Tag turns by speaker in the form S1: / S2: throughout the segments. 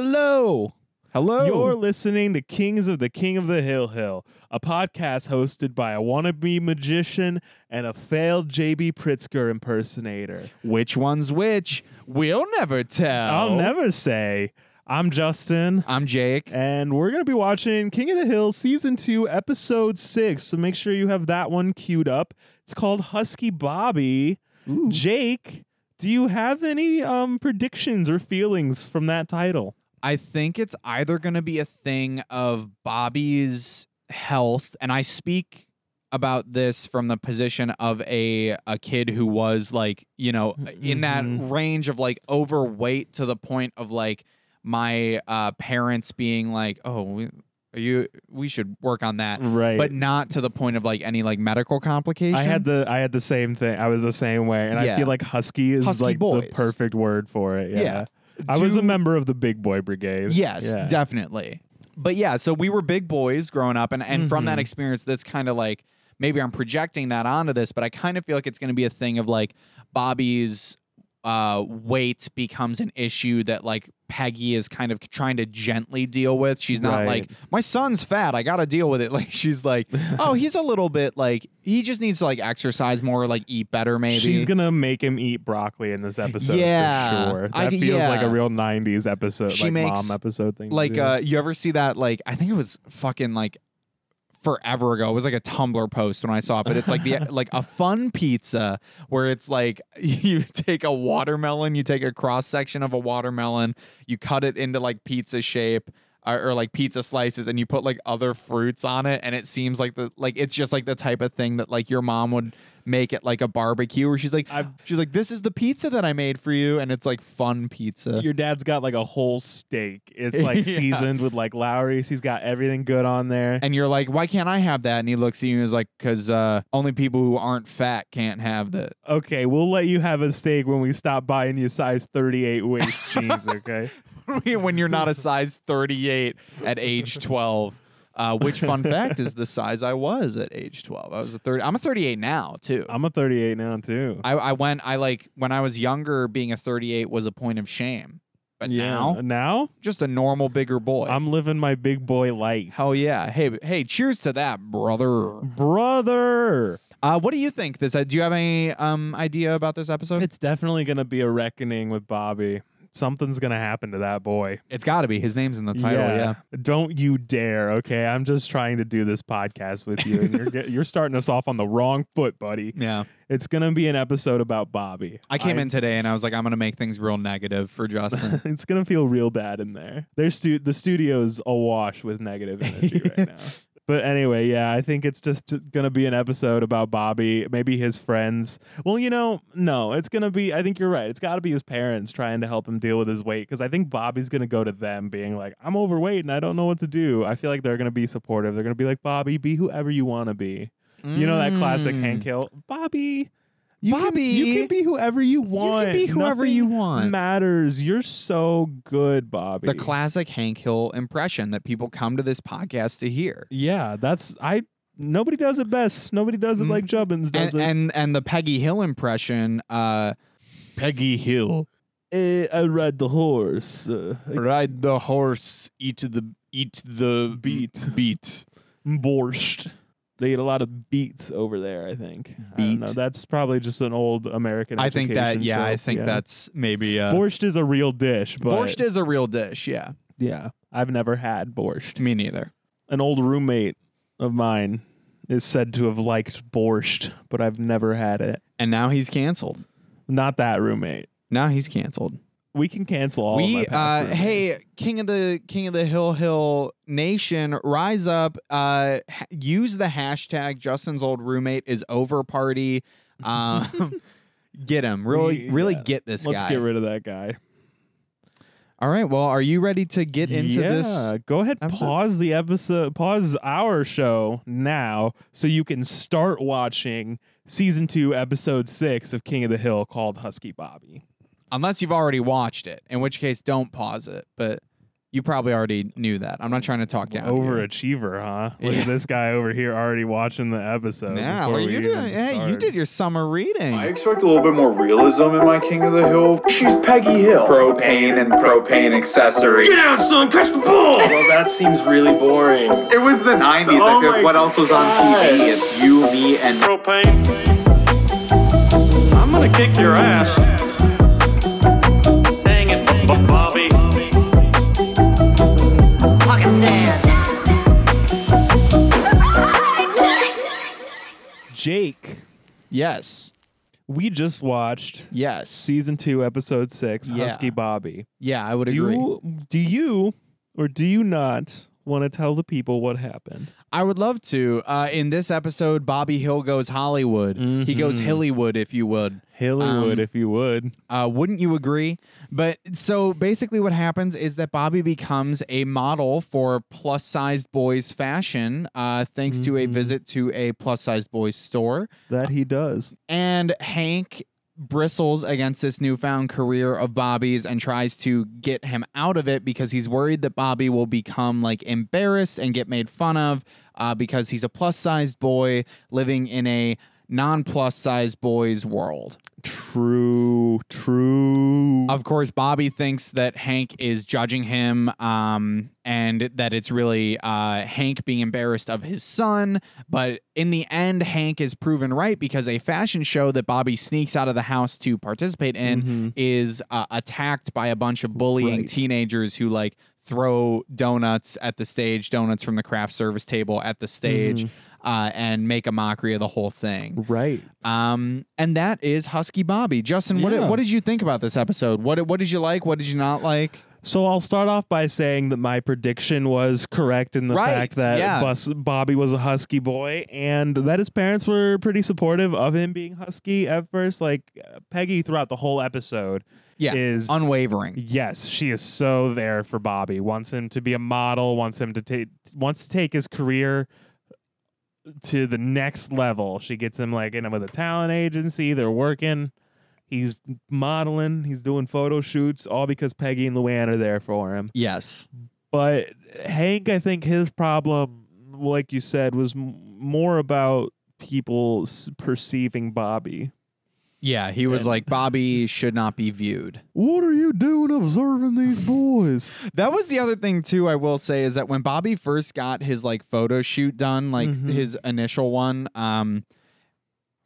S1: Hello.
S2: Hello.
S1: You're listening to Kings of the King of the Hill Hill, a podcast hosted by a wannabe magician and a failed JB Pritzker impersonator.
S2: which one's which? We'll never tell.
S1: I'll never say. I'm Justin.
S2: I'm Jake.
S1: And we're going to be watching King of the Hill season two, episode six. So make sure you have that one queued up. It's called Husky Bobby. Jake, do you have any um, predictions or feelings from that title?
S2: I think it's either going to be a thing of Bobby's health, and I speak about this from the position of a a kid who was like, you know, in that
S1: Mhm.
S2: range of like overweight to the point of like my uh, parents being like, "Oh, we, are you? We should work on that,"
S1: Right.
S2: but not to the point of like any like medical complication.
S1: I had the I had the same thing. I was the same way, and I
S2: Yeah.
S1: feel like husky is
S2: Husky
S1: like
S2: boys.
S1: the perfect word for it. Yeah,
S2: Yeah.
S1: I was a
S2: Do-
S1: member of the big boy brigade.
S2: Yes,
S1: Yeah.
S2: definitely. But yeah, so we were big boys growing up, and, and from
S1: Mm-hmm.
S2: that experience, that's kind of like maybe I'm projecting that onto this, but I kind of feel like it's going to be a thing of like Bobby's uh, weight becomes an issue that like Peggy is kind of trying to gently deal with. She's not
S1: Right.
S2: like my son's fat, I got to deal with it. Like she's like, oh, he's a little bit like he just needs to like exercise more, like eat better, maybe.
S1: She's gonna make him eat broccoli in this episode
S2: Yeah.
S1: for sure. That
S2: I-
S1: feels like a
S2: yeah.
S1: real '90s episode,
S2: She
S1: like
S2: makes,
S1: mom episode thing. to
S2: like
S1: do.
S2: uh you ever see that like i think it was fucking like forever ago it was like a tumblr post when i saw it but it's like the like a fun pizza where it's like you take a watermelon you take a cross section of a watermelon you cut it into like pizza shape uh, or, or like pizza slices and you put like other fruits on it and it seems like the like it's just like the type of thing that like your mom would make at like a barbecue where she's like
S1: I've-
S2: she's like this is the pizza that i made for you and it's like fun pizza
S1: your dad's got like a whole steak. It's like
S2: Yeah.
S1: seasoned with like Lowry's. He's got everything good on there.
S2: and you're like, why can't I have that? And he looks at you and is like, because uh, only people who aren't fat can't have that.
S1: Okay, we'll let you have a steak when we stop buying you size 38 waist jeans. Okay.
S2: when you're not a size 38 at age 12. Uh, which fun fact is the size I was at age 12. I was a 30. I'm a 38 now too.
S1: I'm a 38 now too.
S2: I, I went. I like when I was younger, being a 38 was a point of shame. But now,
S1: Now?
S2: just a normal bigger boy.
S1: I'm living my big boy life.
S2: Hell yeah! Hey, hey! Cheers to that, brother.
S1: brother.
S2: Uh, what do you think? This? Uh, do you have any um idea about this episode?
S1: It's definitely going to be a reckoning with Bobby. Something's going to happen to that boy.
S2: it's got to be. His name's in the title. yeah.
S1: Don't you dare, okay? I'm just trying to do this podcast with you and you're get, you're starting us off on the wrong foot, buddy.
S2: Yeah.
S1: It's going to be an episode about Bobby.
S2: I came in today and I was like, I'm gonna make things real negative for Justin.
S1: It's going to feel real bad in there. Their stu- the studio's awash with negative energy right now. But anyway, yeah, I think it's just going to be an episode about Bobby, maybe his friends. Well, you know, no, it's going to be, I think you're right. It's got to be his parents trying to help him deal with his weight because I think Bobby's going to go to them being like, I'm overweight and I don't know what to do. I feel like they're going to be supportive. They're going to be like, Bobby, be whoever you want to be. You know that classic
S2: Mm.
S1: Hank Hill, Bobby. You
S2: Bobby.
S1: can, you can be whoever you want.
S2: can be whoever
S1: Nothing
S2: you want.
S1: Matters. You're so good, Bobby.
S2: The classic Hank Hill impression that people come to this podcast to hear.
S1: yeah, that's I. Nobody does it best. Nobody does it
S2: Mm.
S1: like Jubbins
S2: And,
S1: does it.
S2: and and the Peggy Hill impression, uh Peggy Hill.
S1: Eh, I ride the horse. Uh,
S2: Ride the horse, eat the eat the
S1: Beat.
S2: Beat.
S1: borscht. They eat a lot of beats over there. I think. I don't
S2: Beat.
S1: know. That's probably just an old American.
S2: I think that
S1: education
S2: yeah, I
S1: trope,
S2: think
S1: yeah.
S2: that's maybe uh
S1: borscht is a real dish. But
S2: Borscht is a real dish, yeah.
S1: yeah, I've never had borscht.
S2: Me neither.
S1: an old roommate of mine is said to have liked borscht, but I've never had it.
S2: And now he's canceled.
S1: Not that roommate.
S2: Now he's canceled.
S1: We can cancel all. of my
S2: we uh,
S1: past roommates.
S2: hey king of the king of the hill hill nation rise up uh ha- use the hashtag justin's old roommate is over party um get him really
S1: We-
S2: really
S1: yeah.
S2: get this
S1: let's
S2: guy
S1: get rid of that guy.
S2: all right well are you ready to get into
S1: yeah,
S2: this
S1: go ahead.
S2: episode?
S1: Pause the episode. Pause our show now, so you can start watching season two, episode six of King of the Hill, called Husky Bobby.
S2: unless you've already watched it in which case don't pause it but You probably already knew that. I'm not trying to talk down. to you.
S1: Overachiever, huh? Look
S2: Yeah.
S1: at this guy over here already watching the episode.
S2: Yeah,
S1: before
S2: well,
S1: we
S2: you
S1: even
S2: did. Hey, you
S1: start.
S2: did your summer reading.
S3: I expect a little bit more realism in my King of the Hill. She's Peggy Hill.
S4: propane and propane accessory.
S3: Get out, son! Catch the ball!
S4: Well, that seems really boring.
S2: It was the 90s.
S3: I could- what
S2: else was
S3: on TV?
S4: It's you, me, and
S3: Propane. I'm gonna kick your ass. Dang it, Bobby.
S1: Jake.
S2: Yes.
S1: We just watched
S2: Yes.
S1: season two, episode six,
S2: Yeah.
S1: Husky Bobby.
S2: Yeah, I would
S1: Do
S2: agree.
S1: you, do you or do you not want to tell the people what happened?
S2: I would love to. Uh, in this episode, Bobby Hill goes Hollywood. He goes
S1: Mm-hmm.
S2: Hillywood, if you would.
S1: Hillywood, if you would.
S2: Uh, wouldn't you agree? But so basically, what happens is that Bobby becomes a model for plus sized boys fashion uh, thanks to
S1: Mm-hmm.
S2: a visit to a plus sized boys store.
S1: That he does.
S2: And Hank bristles against this newfound career of Bobby's and tries to get him out of it because he's worried that Bobby will become like embarrassed and get made fun of uh, because he's a plus sized boy living in a non plus sized boys world.
S1: True, true.
S2: Of course, Bobby thinks that Hank is judging him um, and that it's really uh, Hank being embarrassed of his son. But in the end, Hank is proven right because a fashion show that Bobby sneaks out of the house to participate in is uh, attacked by a bunch of bullying
S1: Right.
S2: teenagers who like throw donuts at the stage, donuts from the craft service table at the stage. Uh, and make a mockery of the whole thing.
S1: right.
S2: Um, and that is Husky Bobby. Justin, what,
S1: Yeah.
S2: what did you think about this episode? What what did you like? What did you not like?
S1: So I'll start off by saying that my prediction was correct in the
S2: Right,
S1: fact that
S2: yeah.
S1: Bus- Bobby was a husky boy and that his parents were pretty supportive of him being husky at first. Like uh, Peggy throughout the whole episode
S2: Yeah,
S1: is
S2: unwavering.
S5: Yes, she is so there for Bobby. Wants him to be a model. Wants him to take. Wants to take his career to the next level. She gets him like in with a talent agency. They're working.
S1: he's modeling, he's doing photo shoots, all because Peggy and Luann are there for him.
S2: Yes,
S1: But Hank, I think his problem, like you said, was m- more about people s- perceiving Bobby.
S2: yeah. He was like Bobby should not be viewed.
S1: What are you doing observing these boys?
S2: That was the other thing too. I will say is that when Bobby first got his like photo shoot done, like
S1: Mhm.
S2: his initial one, um,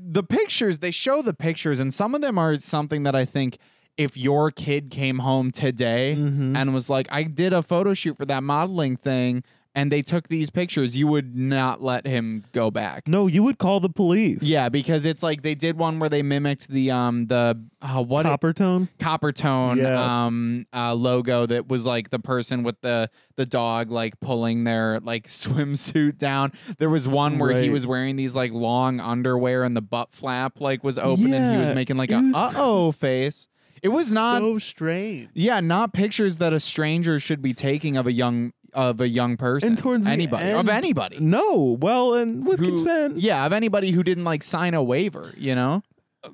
S2: the pictures they show the pictures, and some of them are something that I think if your kid came home today
S1: Mhm.
S2: and was like, "I did a photo shoot for that modeling thing," and they took these pictures, you would not let him go back.
S1: No, you would call the police.
S2: Yeah, because it's like they did one where they mimicked the um the uh, what
S1: Copper tone?
S2: copper tone
S1: Yeah.
S2: um uh, logo that was like the person with the the dog like pulling their like swimsuit down there was one where he
S1: Right.
S2: was wearing these like long underwear and the butt flap like was open and he was
S1: Yeah.
S2: making like a
S1: It was-
S2: uh-oh face it was not
S1: so strange.
S2: yeah not pictures that a stranger should be taking of a young of a young person
S1: And towards the
S2: anybody
S1: end-
S2: of anybody
S1: No, well, and with
S2: who-
S1: consent.
S2: yeah of anybody who didn't like sign a waiver you know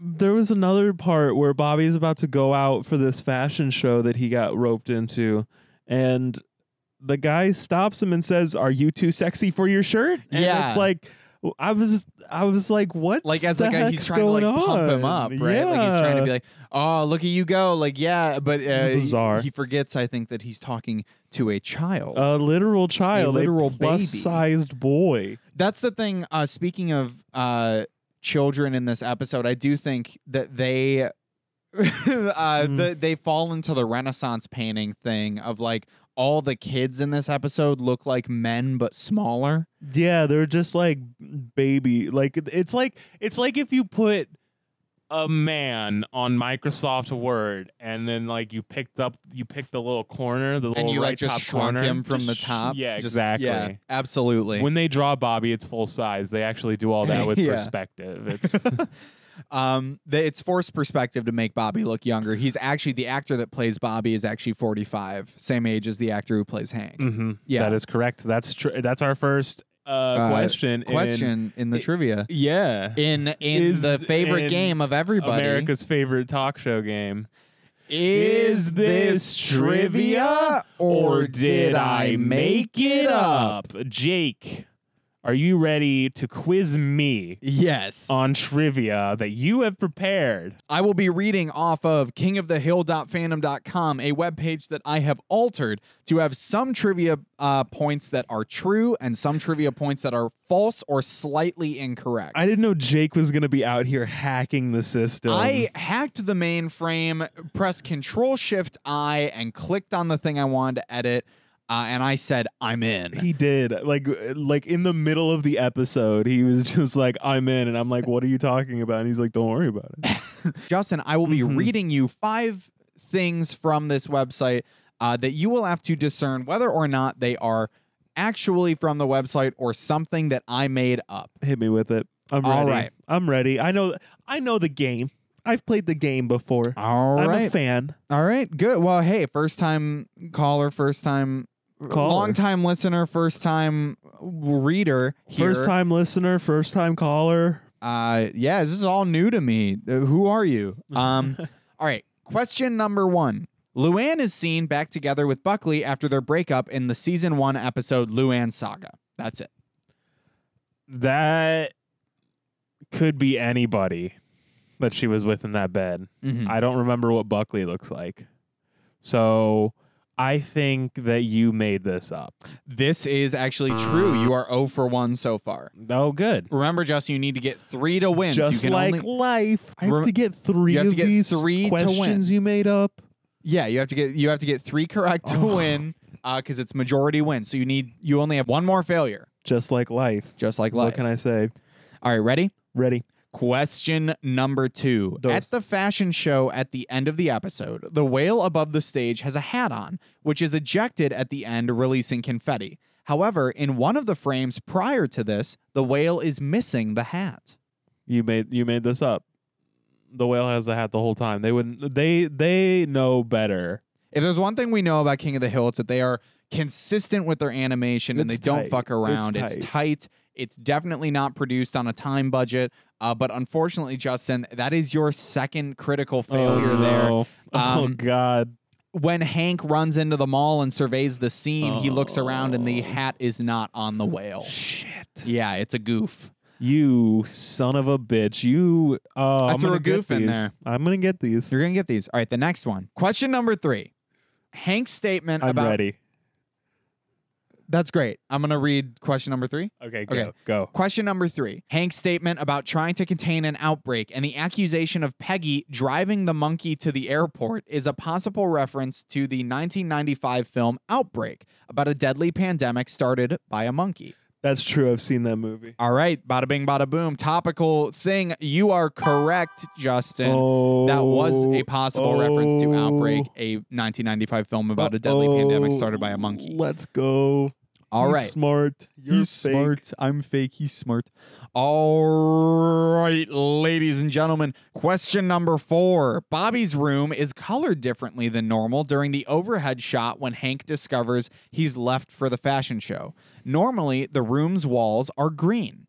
S1: There was another part where Bobby's about to go out for this fashion show that he got roped into, and the guy stops him and says, "Are you too sexy for your shirt?" And
S2: Yeah.
S1: it's like I was, I was like, "What?"
S2: like as
S1: the
S2: like a, he's
S1: heck's
S2: trying to like
S1: going
S2: pump him up,
S1: on?
S2: right? Like he's trying to be
S1: Yeah.
S2: like, "Oh, look at you go!" Like, yeah, but uh,
S1: bizarre.
S2: He, he forgets, I think, that he's talking to a child.
S5: Uh,
S1: a literal child, a
S2: literal baby.
S1: plus-sized boy.
S2: That's the thing. Uh, speaking of uh, children in this episode, I do think that they uh,
S5: Mm-hmm.
S2: the, they fall into the Renaissance painting thing of like all the kids in this episode look like men but smaller.
S1: Yeah, they're just like baby. Like it's like
S5: It's like if you put a man on Microsoft Word, and then like you picked up, you picked the little corner, the
S2: and
S5: little
S2: you
S5: right
S2: like just
S5: top
S2: shrunk
S5: corner.
S2: him from
S5: Just
S2: the
S5: sh-
S2: top.
S5: Yeah,
S2: Just-
S5: exactly.
S2: Yeah, absolutely.
S5: When they draw Bobby, it's full size. They actually do all that with
S2: Yeah.
S5: perspective. It's
S2: Um, they, it's forced perspective to make Bobby look younger. He's actually the actor that plays Bobby is actually 45, same age as the actor who plays Hank.
S5: Mm-hmm.
S2: Yeah.
S5: that is correct. That's true. That's our first uh,
S2: Uh,
S5: question. in-
S2: Question in, the trivia.
S5: yeah.
S2: In in
S5: is
S2: the favorite
S5: in
S2: game of everybody.
S5: America's favorite talk show game.
S2: Is this trivia or did I make it up?
S5: Jake, are you ready to quiz me
S2: Yes.
S5: on trivia that you have prepared?
S2: I will be reading off of kingofthehill.fandom.com, a webpage that I have altered to have some trivia uh, points that are true and some trivia points that are false or slightly incorrect.
S1: I didn't know Jake was gonna be out here hacking the system.
S2: I hacked the mainframe, pressed Control Shift I, and clicked on the thing I wanted to edit, uh, and I said, "I'm in."
S1: he did like like in the middle of the episode he was just like i'm in and i'm like what are you talking about and he's like don't worry about it
S2: Justin, I will be
S1: Mm-hmm.
S2: reading you five things from this website uh, that you will have to discern whether or not they are actually from the website or something that I made up.
S1: hit me with it i'm ready
S2: All right.
S1: i'm ready i know i know the game i've played the game before
S2: All
S1: i'm
S2: right.
S1: a fan
S2: All right. Good. Well, hey, first time caller, first time.
S1: Caller.
S2: Long time listener, first time reader. Here.
S1: first time listener first time caller
S2: Uh, yeah, this is all new to me. Uh, Who are you? Um, all right. Question number one. Luann is seen back together with Buckley after their breakup in the season one episode Luann Saga. That's it.
S5: That could be anybody that she was with in that bed.
S1: Mm-hmm.
S2: Mhm.
S5: I don't remember what Buckley looks like. So I think that you made this up.
S2: This is actually true. You are 0 for 1 so far.
S5: Oh, good.
S2: Remember, Justin, you need to get three to win.
S1: just
S2: you can
S1: like
S2: only-
S1: life i have
S2: Rem-
S1: to get three
S2: you have
S1: of
S2: to get
S1: these
S2: three to win.
S1: questions you made up
S2: Yeah, you have to get you have to get three correct to
S1: Oh.
S2: win because it's majority win. So you need you only have one more failure,
S1: just like life
S2: just like
S1: what
S2: life.
S1: can i say
S2: All right, ready?
S1: ready
S2: Question number two.
S1: Dos.
S2: At the fashion show at the end of the episode, the whale above the stage has a hat on, which is ejected at the end, releasing confetti. However, in one of the frames prior to this, the whale is missing the hat.
S5: You made you made this up. The whale has the hat the whole time. They wouldn't they they know better.
S2: If there's one thing we know about King of the Hill, it's that they are consistent with their animation and they
S1: It's
S2: don't
S1: tight.
S2: fuck around. It's
S1: It's
S2: tight. It's definitely not produced on a time budget. Uh, but unfortunately, Justin, that is your second critical failure there.
S5: Oh, no. Oh,
S2: Um,
S5: god.
S2: when Hank runs into the mall and surveys the scene, he looks around and the
S5: Oh.
S2: hat is not on the whale.
S5: Shit.
S2: Yeah, it's a goof.
S5: You son of a bitch. You uh I am
S2: threw
S5: gonna
S2: a goof
S5: get
S2: in
S5: these.
S2: there.
S5: I'm gonna get these.
S2: You're going to get these. All right, the next one. Question number three. Hank's statement
S1: i'm
S2: about
S1: ready
S2: that's great. I'm going to read question number three.
S5: Okay, go,
S2: Okay.
S5: go.
S2: Question number three Hank's statement about trying to contain an outbreak and the accusation of Peggy driving the monkey to the airport is a possible reference to the 1995 film Outbreak about a deadly pandemic started by a monkey.
S1: that's true i've seen that movie
S2: All right, bada bing, bada boom. Topical thing. You are correct, Justin.
S1: Oh,
S2: that was a possible reference to
S1: oh.
S2: Outbreak, a 1995 film about a deadly pandemic started by a monkey.
S1: Let's go.
S2: All
S1: He's
S2: right.
S1: smart. You're fake.
S2: I'm fake. He's smart. All right, ladies and gentlemen. Question number four Bobby's room is colored differently than normal during the overhead shot when Hank discovers he's left for the fashion show. Normally, the room's walls are green.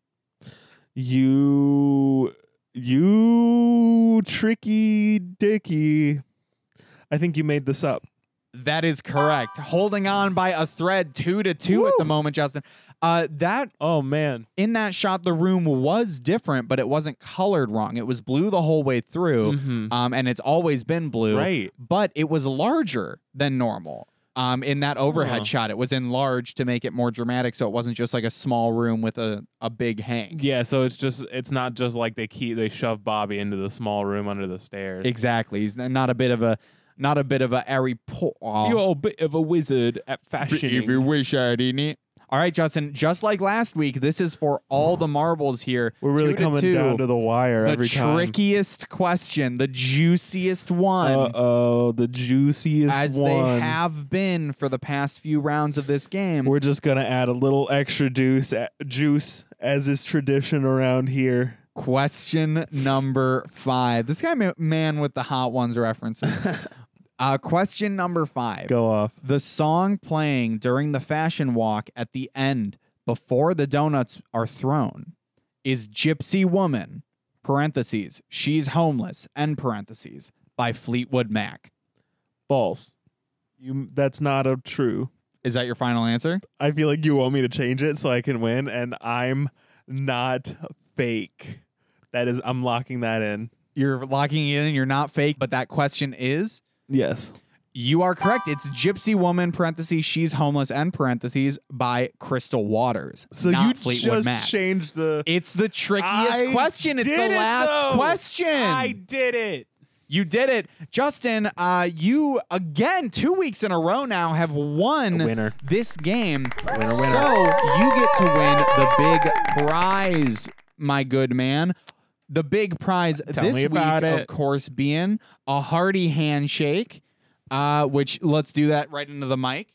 S1: You, you tricky dicky. I think you made this up.
S2: That is correct. Holding on by a thread, two to two at the moment, Justin. Uh, that
S1: Oh man,
S2: in that shot, the room was different, but it wasn't colored wrong. It was blue the whole way through, um, and it's always been blue.
S1: Right.
S2: but it was larger than normal. Um, in that overhead shot, it was enlarged to make it more dramatic, so it wasn't just like a small room with a a big hang.
S5: Yeah, so it's just it's not just like they keep they shove Bobby into the small room under the stairs.
S2: Exactly. He's not a bit of a not a bit of a airy po- aw.
S5: You're a bit of a wizard at
S2: If
S5: fashion.
S2: you wish I didn't. eat. All right, Justin. Just like last week, this is for all the marbles here.
S1: we're really
S2: Two to
S1: coming
S2: two.
S1: down to the wire
S2: the
S1: every time.
S2: trickiest question, the juiciest one,
S1: Uh oh, the juiciest
S2: as
S1: one.
S2: they have been for the past few rounds of this game.
S1: We're just gonna add a little extra juice, juice as is tradition around here.
S2: Question number five. This guy, ma- man with the hot ones references. uh, question number five.
S1: Go off.
S2: The song playing during the fashion walk at the end before the donuts are thrown is Gypsy Woman, parentheses, she's homeless, end parentheses, by Fleetwood Mac.
S1: False. You. That's not a true.
S2: Is that your final answer?
S1: I feel like you want me to change it so I can win, and I'm not fake. That is, I'm locking that in.
S2: You're locking it in. You're not fake, but that question is
S1: Yes.
S2: You are correct. It's Gypsy Woman parentheses She's Homeless end parentheses by Crystal Waters.
S1: So
S2: not
S1: you
S2: Fleetwood
S1: just
S2: Mac.
S1: changed the.
S2: it's the trickiest
S1: I
S2: question. It's the
S1: did it,
S2: last
S1: though.
S2: question.
S1: I did it.
S2: you did it. Justin, uh, you again two weeks in a row now have won
S5: winner.
S2: this game.
S5: winner.
S2: So you get to win the big prize, my good man. The big prize this
S5: me
S2: week,
S5: about
S2: of
S5: it.
S2: course, being a hearty handshake. Uh, which let's do that right into the mic.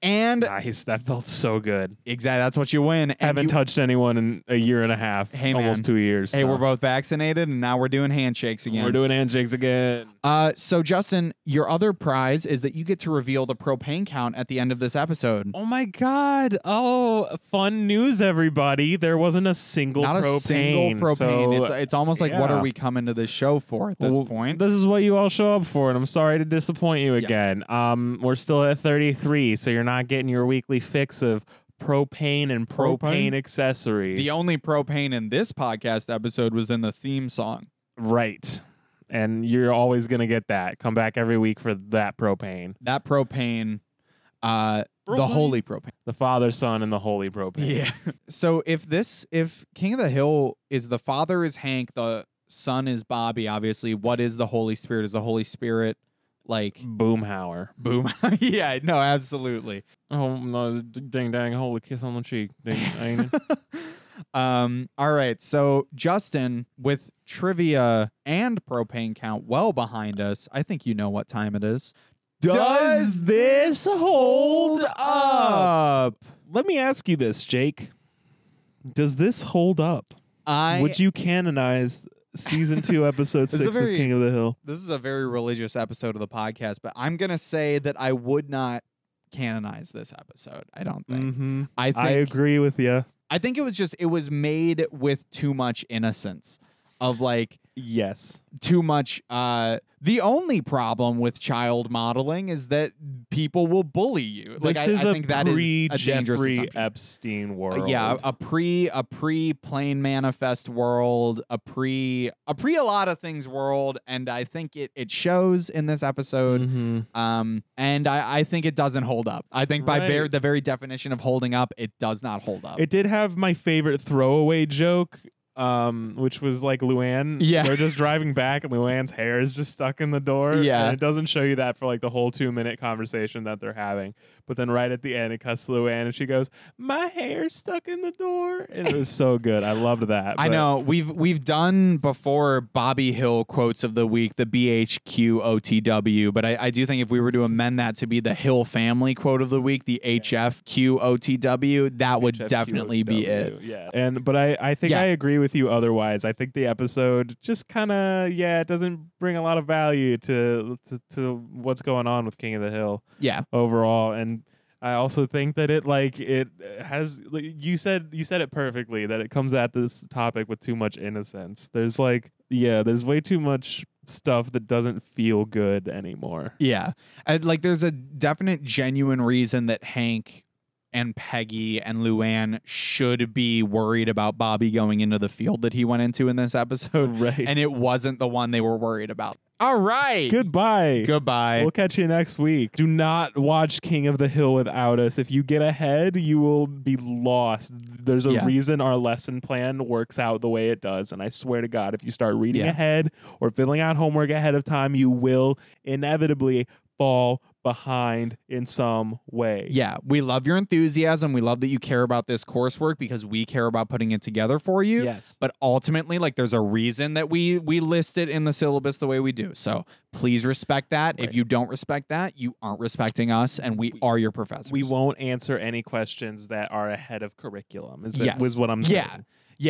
S2: And
S5: Nice. That felt so good.
S2: exactly, that's what you win. And
S1: Haven't
S2: you-
S1: touched anyone in a year and a half.
S2: Hey,
S1: almost
S2: man.
S1: two years.
S2: hey,
S1: so.
S2: we're both vaccinated, and now we're doing handshakes again.
S1: We're doing handshakes again.
S2: uh, so Justin, your other prize is that you get to reveal the propane count at the end of this episode.
S1: Oh my god! Oh, fun news, everybody! There wasn't a single
S2: Not
S1: propane.
S2: a single propane.
S1: so-
S2: it's, it's almost like what
S1: yeah.
S2: are we coming to this show for at this
S1: Well,
S2: point?
S1: This is what you all show up for, and I'm sorry to disappoint you again. Um, we're still at 33, so you're not getting your weekly fix of propane and propane,
S2: Propane?
S1: accessories.
S2: The only propane in this podcast episode was in the theme song.
S1: right. And you're always going to get that. Come back every week for that propane.
S2: That propane, uh, the
S1: Propane?
S2: holy propane.
S1: The Father, Son, and the Holy Propane.
S2: so if this, if King of the Hill is the father is Hank, the son is Bobby. Obviously, what is the Holy Spirit? Is the Holy Spirit like
S1: Boomhauer.
S2: boom? yeah, no, absolutely.
S1: Oh, no, d- ding dang, holy kiss on the cheek. Ding, dang.
S2: um, all right. So, Justin, with trivia and propane count well behind us, I think you know what time it is. Does
S1: this hold
S2: Up.
S1: Let me ask you this, Jake. Does this hold up?
S2: I
S1: Would you canonize season two, episode
S2: is a
S1: six
S2: very-
S1: of King of the Hill?
S2: This is a very religious episode of the podcast, but I'm going to say that I would not canonize this episode. I don't think.
S1: Mm-hmm.
S2: I think
S1: I agree with you.
S2: I think it was just it was made with too much innocence of like
S1: Yes.
S2: too much uh the only problem with child modeling is that people will bully you like
S1: this
S2: I,
S1: is
S2: I
S1: a
S2: think that is
S1: pre
S2: a dangerous
S1: Jeffrey
S2: assumption.
S1: Epstein
S2: Uh,
S1: world.
S2: yeah a pre a pre plain manifest world a pre a pre a lot of things world and i think it it shows in this episode
S1: Mhm.
S2: um and i i think it doesn't hold up i think by
S1: Right.
S2: ver- the very definition of holding up it does not hold up
S1: It did have my favorite throwaway joke, um, which was like Luann.
S2: Yeah.
S1: They're just driving back, and Luann's hair is just stuck in the door.
S2: Yeah.
S1: And it doesn't show you that for like the whole two minute conversation that they're having. But then right at the end, it cuts to Luann, and she goes, My hair's stuck in the door. And it was so good. I loved that.
S2: I
S1: but-
S2: know we've we've done before Bobby Hill quotes of the week, the BHQOTW, but I, I do think if we were to amend that to be the Hill family quote of the week, the HFQOTW, that would definitely be it.
S1: Yeah. And but I I think
S2: Yeah.
S1: I agree with you otherwise. I think the episode just kind of yeah, it doesn't bring a lot of value to, to to what's going on with King of the Hill
S2: Yeah.
S1: overall and I also think that it like it has like, you said you said it perfectly that it comes at this topic with too much innocence. There's like yeah, there's way too much stuff that doesn't feel good anymore.
S2: Yeah. And like there's a definite genuine reason that Hank and Peggy and Luann should be worried about Bobby going into the field that he went into in this episode.
S1: Right.
S2: And it wasn't the one they were worried about. All right.
S1: Goodbye.
S2: Goodbye.
S1: We'll catch you next week. Do not watch King of the Hill without us. If you get ahead, you will be lost. There's a
S2: Yeah.
S1: reason our lesson plan works out the way it does. And I swear to God, if you start reading
S2: Yeah.
S1: ahead or filling out homework ahead of time, you will inevitably fall behind in some way.
S2: Yeah, we love your enthusiasm. We love that you care about this coursework because we care about putting it together for you.
S1: Yes.
S2: But ultimately, like there's a reason that we we list it in the syllabus the way we do. So please respect that. If you don't respect that, you aren't respecting us, and we, are your professors.
S1: We won't answer any questions that are ahead of curriculum, is, it-
S2: Yes.
S1: was what I'm saying.
S2: Yeah.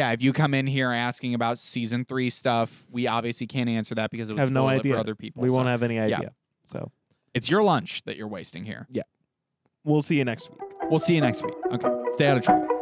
S2: Yeah, if you come in here asking about season three stuff, we obviously can't answer that because it would
S1: Have no
S2: spoil it
S1: idea.
S2: for other people.
S1: We
S2: So
S1: won't have any
S2: yeah.
S1: idea. So
S2: it's your lunch that you're wasting here.
S1: we'll see you next week.
S2: We'll see you next week. Okay, stay out of trouble.